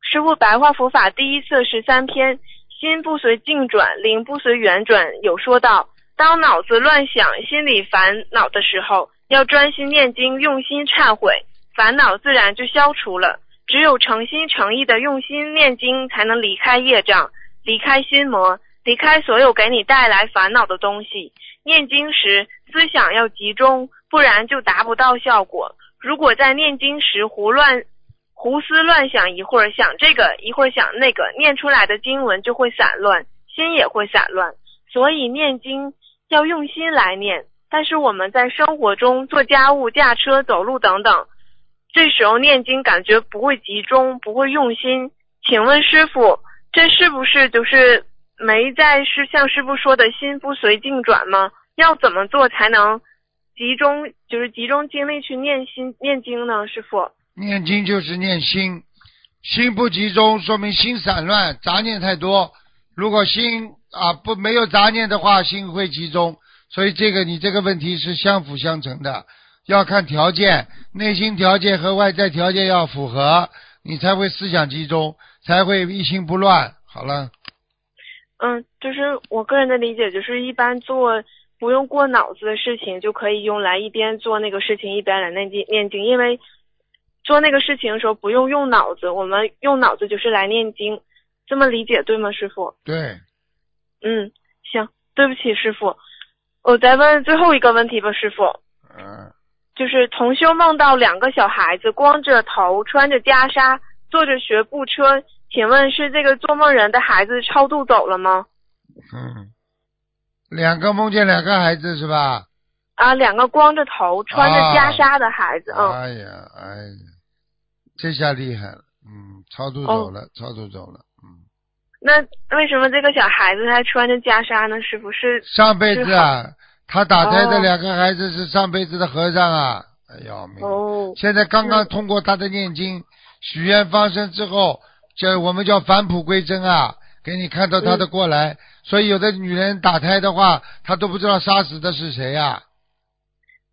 F: 师傅，白话佛法第一册十三篇，心不随境转，灵不随缘转，有说到，当脑子乱想、心里烦恼的时候，要专心念经，用心忏悔，烦恼自然就消除了。只有诚心诚意的用心念经，才能离开业障，离开心魔，离开所有给你带来烦恼的东西。念经时思想要集中，不然就达不到效果。如果在念经时胡乱胡思乱想，一会儿想这个，一会儿想那个，念出来的经文就会散乱，心也会散乱。所以念经要用心来念。但是我们在生活中做家务、驾车、走路等等，这时候念经感觉不会集中，不会用心。请问师傅，这是不是就是没在是像师傅说的心不随境转吗？要怎么做才能集中，就是集中精力去念心念经呢？师傅，
B: 念经就是念心，心不集中，说明心散乱，杂念太多。如果心啊不没有杂念的话，心会集中。所以这个你这个问题是相辅相成的，要看条件，内心条件和外在条件要符合，你才会思想集中，才会一心不乱。好了，
F: 嗯，就是我个人的理解，就是一般做不用过脑子的事情，就可以用来一边做那个事情一边来念经念经，因为做那个事情的时候不用用脑子，我们用脑子就是来念经，这么理解对吗，师傅？
B: 对，
F: 嗯，行，对不起，师傅，我再问最后一个问题吧，师傅。
B: 嗯，
F: 就是同修梦到两个小孩子光着头，穿着袈裟，坐着学步车，请问是这个做梦人的孩子超度走了吗？
B: 嗯，两个梦见两个孩子是吧？
F: 啊，两个光着头、穿着
B: 啊
F: 袈裟的孩子，嗯，
B: 哎呀，哎呀，这下厉害了，嗯，超度走
F: 哦
B: 了，超度走了，嗯，
F: 那为什么这个小孩子他穿着袈裟呢？师傅是
B: 上辈子啊，他打胎的两个孩子是上辈子的和尚啊，哎呦，命。
F: 哦，
B: 现在刚刚通过他的念经、许愿、放生之后，这我们叫返璞归真啊，给你看到他的过来。所以有的女人打胎的话，她都不知道杀死的是谁啊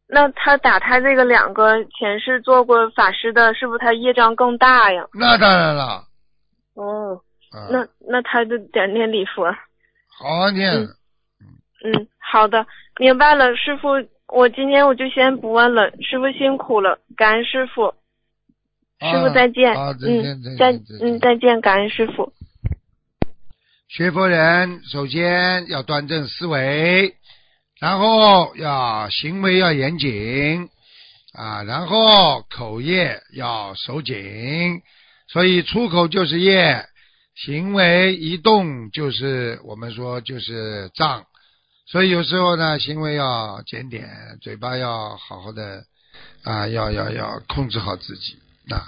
B: 呀、
F: 那他打他这个两个前世做过法师的，是不是他业障更大呀？
B: 那当然了，
F: 哦，
B: 啊、
F: 那那他就得念礼佛。
B: 好好念。
F: 嗯嗯，好的，明白了，师傅，我今天我就先不问了，师傅辛苦了，感恩师傅，嗯师傅
B: 啊
F: 再见，
B: 啊，再见，再
F: 嗯，再
B: 见，再见
F: 嗯再见，感恩师傅。
B: 学佛人首先要端正思维，然后要行为要严谨啊，然后口业要守紧，所以出口就是业，行为一动就是我们说就是障，所以有时候呢，行为要检点，嘴巴要好好的啊，要要要控制好自己啊，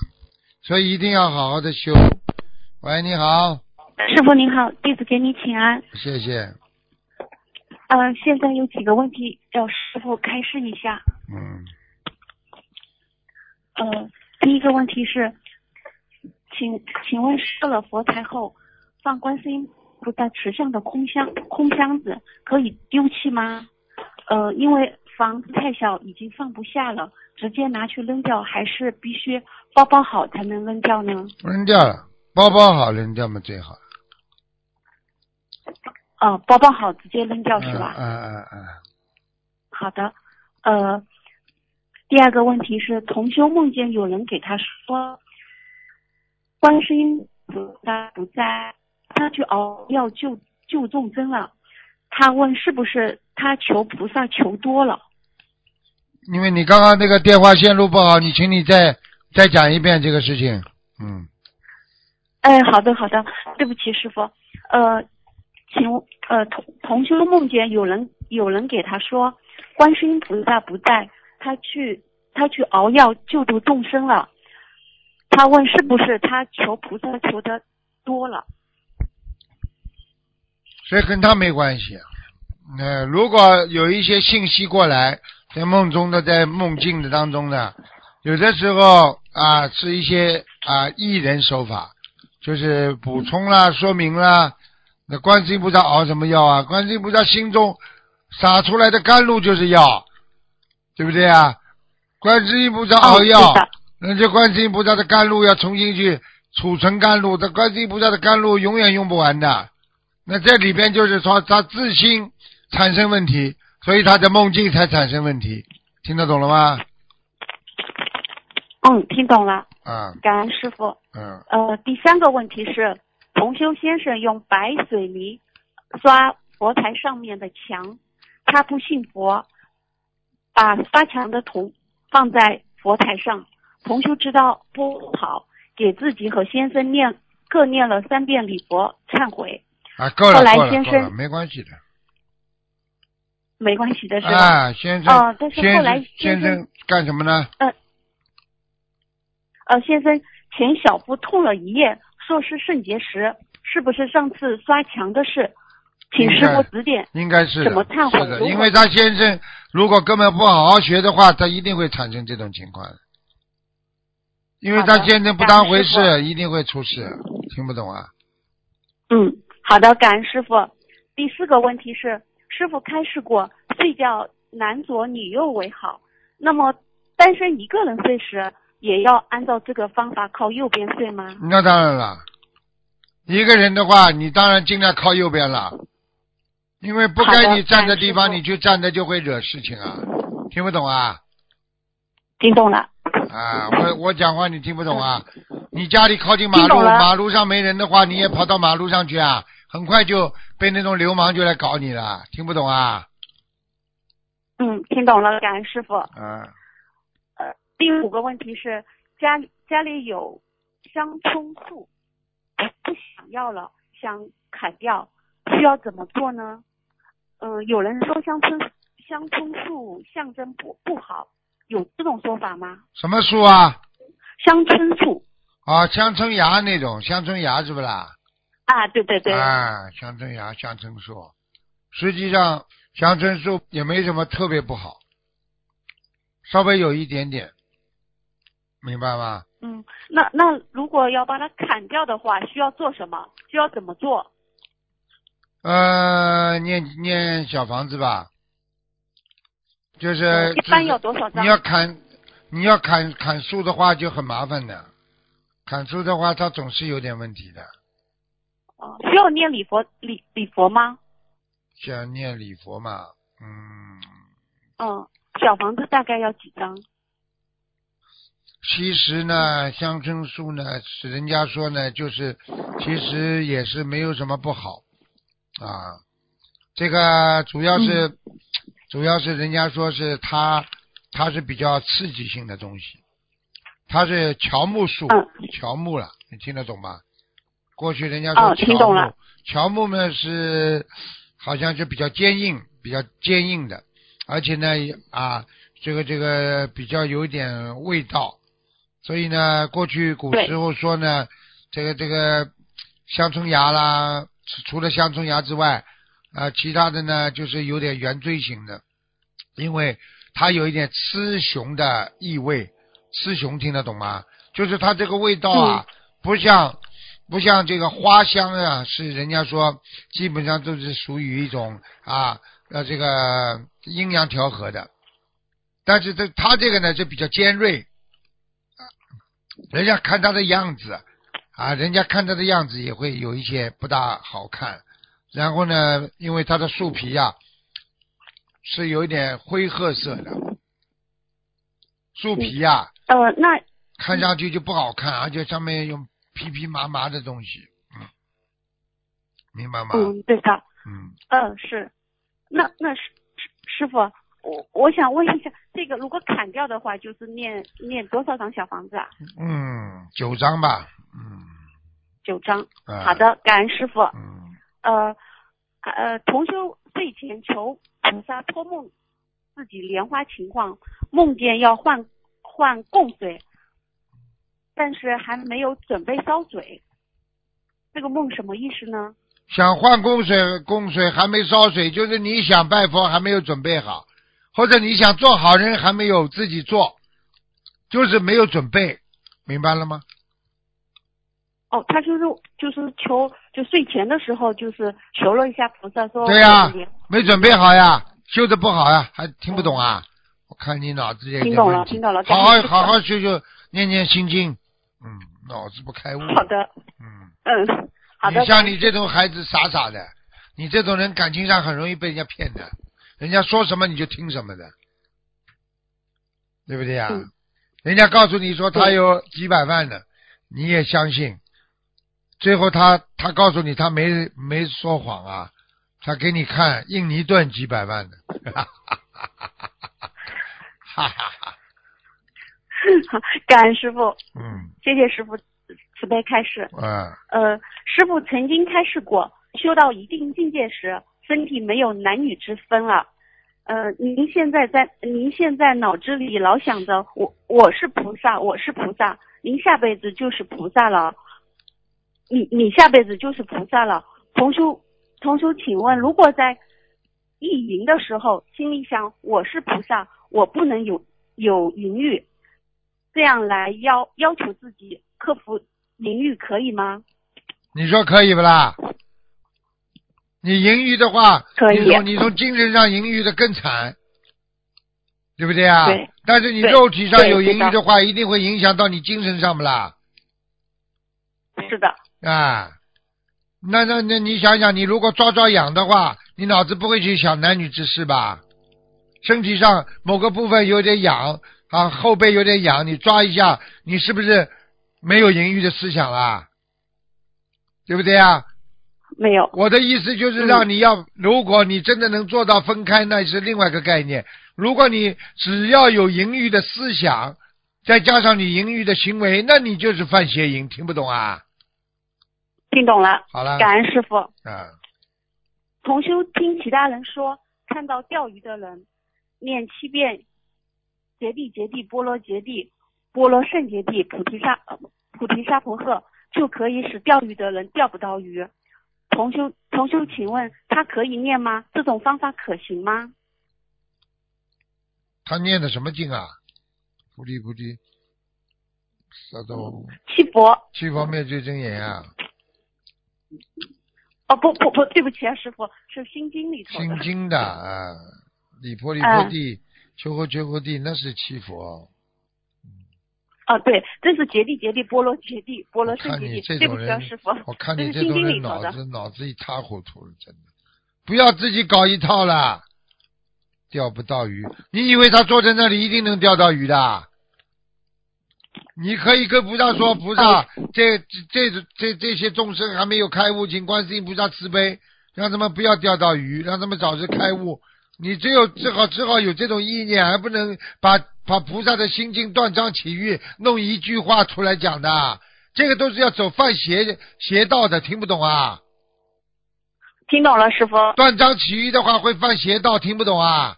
B: 所以一定要好好的修。喂，你好，
G: 师傅您好，弟子给你请安。
B: 谢谢。
G: 嗯、现在有几个问题要师傅开示一下。
B: 嗯，
G: 呃，第一个问题是，请请问设了佛台后放观世音菩萨慈像的空箱空箱子可以丢弃吗？呃，因为房子太小，已经放不下了，直接拿去扔掉，还是必须包包好才能扔掉呢？
B: 扔掉了，包包好扔掉嘛最好了。
G: 呃，包包好直接扔掉
B: 嗯
G: 是吧？
B: 嗯嗯嗯，
G: 好的，呃，第二个问题是，同修梦见有人给他说，观世音菩萨不在，他去熬药救救众生了。他问是不是他求菩萨求多了？
B: 因为你刚刚那个电话线路不好，你请你再再讲一遍这个事情。嗯，
G: 哎，好的好的，对不起师傅，呃，请呃同同修梦见有人有人给他说，观世音菩萨不在，他去他去熬药救度众生了。他问是不是他求菩萨求的多了？
B: 所以跟他没关系。啊呃，如果有一些信息过来，在梦中的，在梦境的当中呢，有的时候啊是一些啊艺人手法，就是补充啦、说明啦。那观世音菩萨熬什么药啊？观世音菩萨心中洒出来的甘露就是药，对不对啊？观世音菩萨熬药
G: 哦是的，
B: 那这观世音菩萨的甘露要重新去储存甘露，这观世音菩萨的甘露永远用不完的。那这里边就是说他自心产生问题，所以他的梦境才产生问题，听得懂了吗？
G: 嗯，听懂了，
B: 啊，
G: 感恩师傅。
B: 嗯，
G: 呃，第三个问题是，同修先生用白水泥刷佛台上面的墙，他不信佛，把刷墙的土放在佛台上。同修知道不好，给自己和先生念各念了三遍礼佛忏悔，
B: 啊，够了，
G: 后来
B: 够了，
G: 先
B: 够
G: 生
B: 了，没关系的。
G: 没关系的是吧？
B: 啊，先生，
G: 哦但是
B: 先
G: 后来
B: 生先
G: 先生
B: 生干什么呢？
G: 呃，先生前小腹痛了一夜，说是肾结石，是不是上次刷墙的事？请师
B: 应该
G: 傅指点。
B: 应该是的
G: 怎么忏悔
B: 是的，
G: 如何
B: 因为他先生如果根本不好好学的话，他一定会产生这种情况的。因为他
G: 好的
B: 先生不当回
G: 感
B: 事，一定会出事。听不懂啊？
G: 嗯，好的，感恩师傅。第四个问题是，师傅开示过，睡觉男左女右为好。那么单身一个人睡时，也要按照这个方法靠右边睡吗？
B: 那当然了，一个人的话，你当然尽量靠右边了，因为不
G: 好
B: 该
G: 的
B: 你站的地
G: 感
B: 方，
G: 谢
B: 你去站着就会惹事情啊！听不懂啊？
G: 听懂了，
B: 啊，我我讲话你听不懂啊？你家里靠近马
G: 嗯
B: 路，
G: 听懂了
B: 马路上没人的话，你也跑到马路上去啊？很快就被那种流氓就来搞你了，听不懂啊？
G: 嗯，听懂了，感恩师傅。
B: 啊，
G: 呃，第五个问题是家里家里有香葱树，我不想要了，想砍掉，需要怎么做呢？嗯、有人说香椿香葱树象征不不好，有这种说法吗？
B: 什么树啊？
G: 香椿树
B: 啊，香椿芽那种，香椿芽是不啦？
G: 啊，对对对，
B: 啊，香椿芽、香椿树，实际上香椿树也没什么特别不好，稍微有一点点，明白吗？
G: 嗯，那那如果要把它砍掉的话，需要做什么？需要怎么做？
B: 呃，念念小房子吧，就是
G: 一般有多少张
B: 呃你？要砍，你要砍砍树的话就很麻烦的，砍树的话它总是有点问题的。
G: 哦需要念礼佛礼礼佛吗？
B: 像念礼佛嘛，嗯，
G: 嗯，小房子大概要几张？
B: 其实呢，香椿树呢，是人家说呢，就是其实也是没有什么不好啊。这个主要是、
G: 嗯
B: 主要是人家说是它它是比较刺激性的东西，它是乔木树，
G: 嗯
B: 乔木了，你听得懂吗？过去人家说
G: 哦
B: 乔
G: 听
B: 木，
G: 懂了
B: 乔木呢是好像是比较坚硬，比较坚硬的，而且呢啊，这个这个比较有点味道，所以呢，过去古
G: 对
B: 时候说呢，这个这个香椿芽啦，除除了香椿芽之外，啊、其他的呢就是有点圆锥形的，因为它有一点雌雄的意味，雌雄听得懂吗？就是它这个味道啊，不像不像这个花香啊，是人家说基本上都是属于一种啊呃这个阴阳调和的，但是这它这个呢就比较尖锐，人家看他的样子啊，人家看他的样子也会有一些不大好看。然后呢，因为它的树皮呀、是有一点灰褐色的，树皮呀、
G: 呃，那
B: 看上去就不好看，而且上面有皮皮麻麻的东西，嗯，明白吗？
G: 嗯，对的，
B: 嗯，
G: 嗯是。那那师师师傅，我我想问一下，这个如果砍掉的话，就是念念多少张小房子啊？
B: 嗯，九张吧，嗯，
G: 九张。
B: 啊
G: 好，的，感恩师傅。
B: 嗯，
G: 呃呃，同修睡前求菩萨托梦自己莲花情况，梦见要换换供水，但是还没有准备烧水。这个梦什么意思呢？
B: 想换供水，供水还没烧水，就是你想拜佛还没有准备好，或者你想做好人还没有自己做，就是没有准备，明白了吗？
G: 哦，他就是就是求就睡前的时候就是求了一下菩萨说
B: 对呀、
G: 我的莲
B: 没准备好呀，修的不好呀，还听不懂啊？我看你脑子也有
G: 听
B: 点
G: 懂了
B: 问题
G: 听懂了
B: 好好
G: 感谢
B: 好好修修，念念心经，嗯，脑子不开悟。
G: 好，的，
B: 嗯，
G: 嗯，好的
B: 你，
G: (laughs)
B: 像你这种孩子傻傻的，你这种人感情上很容易被人家骗的，人家说什么你就听什么的，对不对呀、
G: 嗯
B: 人家告诉你说他有几百万的，你也相信，最后他他告诉你他没没说谎啊，他给你看印尼盾几百万的，哈哈哈，
G: 感恩师傅，
B: 嗯
G: 谢谢师傅慈悲开示。
B: 啊
G: 呃，师傅曾经开示过，修到一定境界时，身体没有男女之分了。呃，您现在在，您现在脑子里老想着我我是菩萨，我是菩萨，您下辈子就是菩萨了，你你下辈子就是菩萨了。同修，同修，请问，如果在意淫的时候，心里想我是菩萨，我不能有有淫欲，这样来要要求自己克服淫欲可以吗？
B: 你说可以不啦？你盈余的话，
G: 可以
B: 你从你从精神上盈余的更惨，对不对啊？
G: 对
B: 但是你
G: 对
B: 肉体上
G: 对
B: 有盈
G: 知道
B: 余的话，一定会影响到你精神上不啦？
G: 是的，
B: 啊，那那那你想想，你如果抓抓痒的话，你脑子不会去想男女之事吧？身体上某个部分有点痒啊，后背有点痒，你抓一下，你是不是没有淫欲的思想啦？对不对啊？
G: 没有，
B: 我的意思就是让你要，如果你真的能做到分开，那是另外一个概念。如果你只要有淫欲的思想，再加上你淫欲的行为，那你就是犯邪淫，听不懂啊？
G: 听懂了，
B: 好了，
G: 感恩师傅。
B: 啊，
G: 同修听其他人说，看到钓鱼的人念七遍“揭谛揭谛波罗揭谛波罗圣揭谛菩提萨呃菩提萨婆诃”，就可以使钓鱼的人钓不到鱼。同修同修，请问他可以念吗？这种方法可行吗？
B: 他念的什么经啊？菩提菩提，啥都
G: 七佛
B: 七佛灭罪真言啊，
G: 哦不不不，对不起啊，师傅，是心经里头
B: 心
G: 的。
B: 经的啊，李婆李婆
G: 嗯
B: 地，求佛求佛地，那是七佛。
G: 啊，对，这是揭谛揭谛波罗揭谛波罗圣
B: 看
G: 揭
B: 你这
G: 谛。对
B: 种
G: 不起啊，
B: 人
G: 师傅，，
B: 我看你
G: 这
B: 这
G: 是
B: 种
G: 心经
B: 人
G: 里头
B: 脑
G: 的
B: 子脑子一塌糊涂了，真的，不要自己搞一套啦，钓不到鱼。你以为他坐在那里一定能钓到鱼的？你可以跟菩萨
G: 嗯
B: 说，菩
G: 哦
B: 萨，这这这这这些众生还没有开悟，请观世音菩萨慈悲，让他们不要钓到鱼，让他们早日开悟。你只有只好只好有这种意念，还不能把把菩萨的心经断章取义弄一句话出来讲的，这个都是要走犯邪邪道的，听不懂啊？
G: 听懂了，师傅，
B: 断章取义的话会犯邪道，听不懂啊？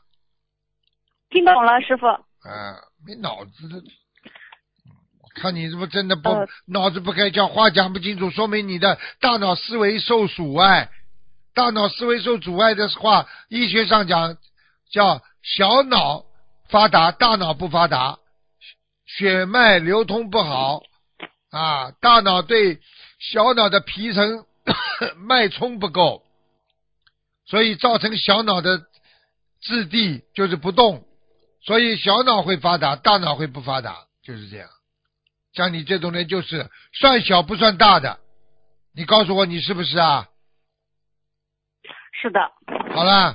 G: 听懂了，师傅。
B: 啊，没脑子的。我看你是不是真的不、
G: 呃
B: 脑子不开窍，话讲不清楚，说明你的大脑思维受阻碍。大脑思维受阻碍的话，医学上讲叫小脑发达，大脑不发达，血脉流通不好啊，大脑对小脑的皮层 (coughs) 脉冲不够，所以造成小脑的质地就是不动，所以小脑会发达，大脑会不发达，就是这样。像你这种人就是算小不算大的，你告诉我你是不是啊？
G: 是的，
B: 好啦，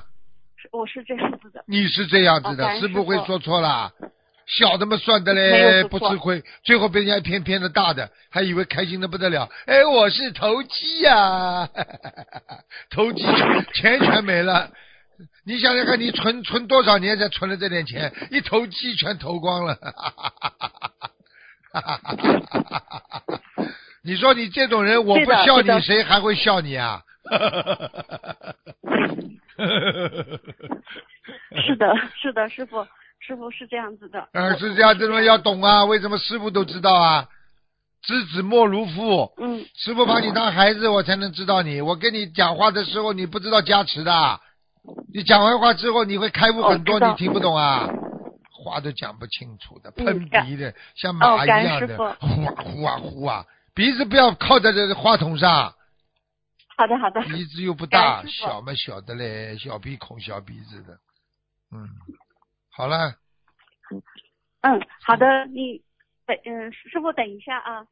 G: 是我是这样
B: (laughs)
G: 子的。
B: 你是这样子
G: 哦感
B: 的，
G: 恩
B: 是
G: 师
B: 不会
G: 父
B: 说错啦。小的嘛算的
G: 没
B: 嘞，
G: 有
B: 不
G: 说错
B: 吃亏，最后被人家偏偏的大的，还以为开心的不得了。哎，我是投机呀、投机钱全没了。你想想看，你存存多少年才存了这点钱？一投机全投光了。 (laughs) 你说你这种人，我
G: 是
B: 不
G: 的
B: 笑
G: 是的
B: 你，谁还会笑你啊？ (laughs)
G: 是的，是的，师傅，师傅是这样子的。
B: 啊，
G: 我
B: 是这样，这种要。懂啊，为什么师傅都知道啊？知子莫如父，
G: 嗯，
B: 师傅把你当孩子，我才能知道你。我跟你讲话的时候，你不知道加持的，你讲完话之后，你会开悟很多，
G: 哦知道
B: 你听不懂啊，话都讲不清楚的，
G: 嗯
B: 喷
G: 感
B: 鼻的，像
G: 哦
B: 马一
G: 感恩
B: 样
G: 师
B: 的，
G: 傅
B: 呼啊呼啊呼啊，鼻子不要靠在这话筒上，
G: 好的，好的，
B: 鼻子又不大，
G: 感恩师傅
B: 小嘛小的嘞，小鼻孔小鼻子的，嗯，好了。
G: 嗯，好的，你等，嗯，师傅等一下啊。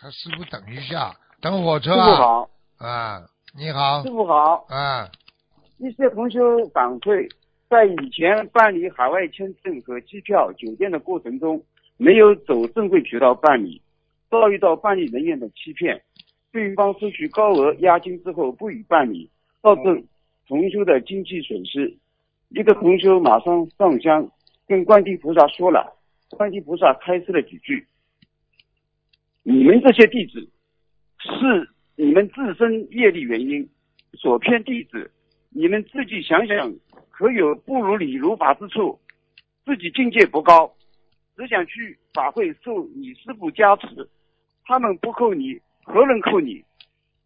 B: 他师傅等一下，等火车
H: 师傅
B: 啊！
H: 好，
B: 啊，你好
H: 师，傅好。
B: 啊， (laughs)
H: 一些同修反馈，在以前办理海外签证和机票、酒店的过程中，没有走正规渠道办理，遭遇到办理人员的欺骗，对方收取高额押金之后不予办理，导致同修的经济损失。一个同修马上上香，跟观地菩萨说了，观地菩萨开示了几句：“你们这些弟子，是你们自身业力原因所骗弟子。”你们自己想想，可有不如理如法之处？自己境界不高，只想去法会受你师傅加持，他们不扣你，何人扣你？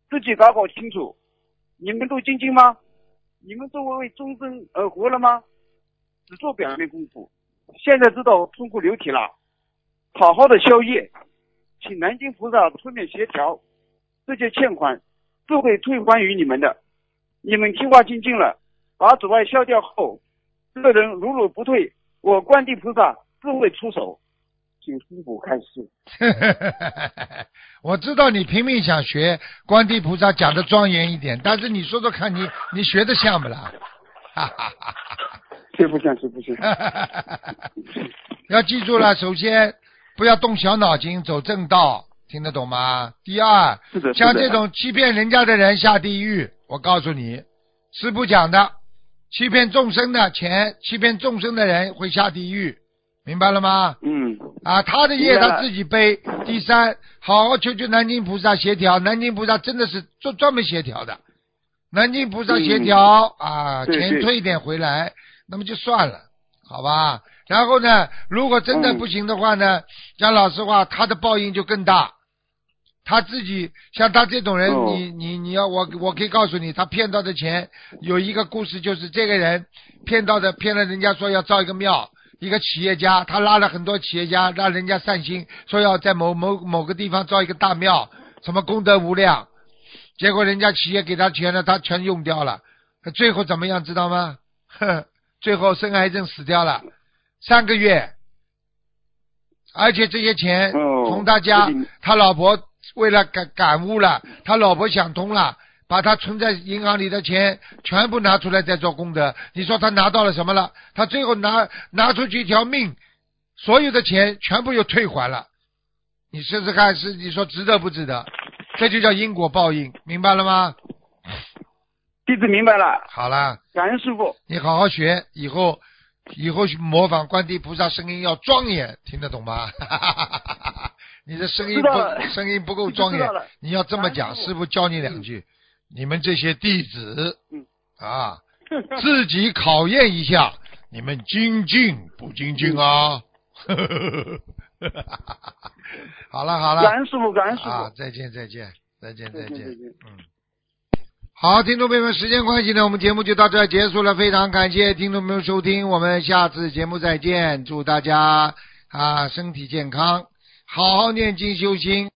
H: 自己搞搞清楚。你们都精进吗？你们都为终身而活了吗？只做表面功夫，现在知道痛苦流体了，好好的消业，请南京菩萨出面协调，这些欠款都会退还于你们的。你们听话精进了，把阻碍消掉后，这个人如如不退，我观地菩萨自会出手。请师傅开示。
B: 我知道你拼命想学观地菩萨讲的庄严一点，但是你说说看你你学的像不啦？哈哈哈
H: 这不像，这不像。
B: 哈哈哈哈！要记住了，首先不要动小脑筋，走正道，听得懂吗？第二，
H: (laughs) 是的，
B: 像
H: 是的
B: 这种欺骗人家的人下地狱，我告诉你，师傅讲的，欺骗众生的钱，欺骗众生的人会下地狱，明白了吗？
H: 嗯，
B: 啊，他的业
H: 明白了
B: 他自己背。第三，好好求求南京菩萨协调，南京菩萨真的是专专门协调的，南京菩萨协
H: 嗯
B: 调、啊，
H: 对
B: 钱
H: 对
B: 退一点回来，那么就算了，好吧？然后呢，如果真的
H: 嗯
B: 不行的话呢，讲老实话，他的报应就更大。他自己像他这种人，
H: 哦
B: 你你你要我我可以告诉你，他骗到的钱有一个故事，就是这个人骗到的骗了人家说要造一个庙，一个企业家，他拉了很多企业家，让人家善心，说要在某某某个地方造一个大庙，什么功德无量，结果人家企业给他钱了，他全用掉了，最后怎么样知道吗？ (laughs) 呵，最后生癌症死掉了，三个月，而且这些钱
H: 哦
B: 从他家
H: 这个，
B: 他老婆为了感感悟了，他老婆想通了。把他存在银行里的钱全部拿出来再做功德，你说他拿到了什么了？他最后拿拿出去一条命，所有的钱全部又退还了。你试试看，是你说值得不值得？这就叫因果报应，明白了吗？
H: 弟子明白了，
B: 好啦，
H: 感恩师傅。
B: 你好好学，以后以后去模仿观地菩萨声音要庄严，听得懂吗？ (laughs) 你的声音
H: 知道了
B: 不声音不够庄
H: 知
B: 严
H: 道了，
B: 你要这么讲，
H: 感恩
B: 师
H: 师
B: 傅教你两句，你们这些弟子
H: 嗯，
B: 啊，自己考验一下，你们精进不精进啊？ (laughs)
H: 嗯
B: 好了好了，
H: 感恩师傅，感恩师
B: 啊，
H: 傅。
B: 再见再见再见再
H: 再见
B: 见
H: 再见，
B: 嗯。好，听众朋友们，时间关系呢，我们节目就到这儿结束了。非常感谢听众朋友收听，我们下次节目再见。祝大家啊身体健康，好好念经修心。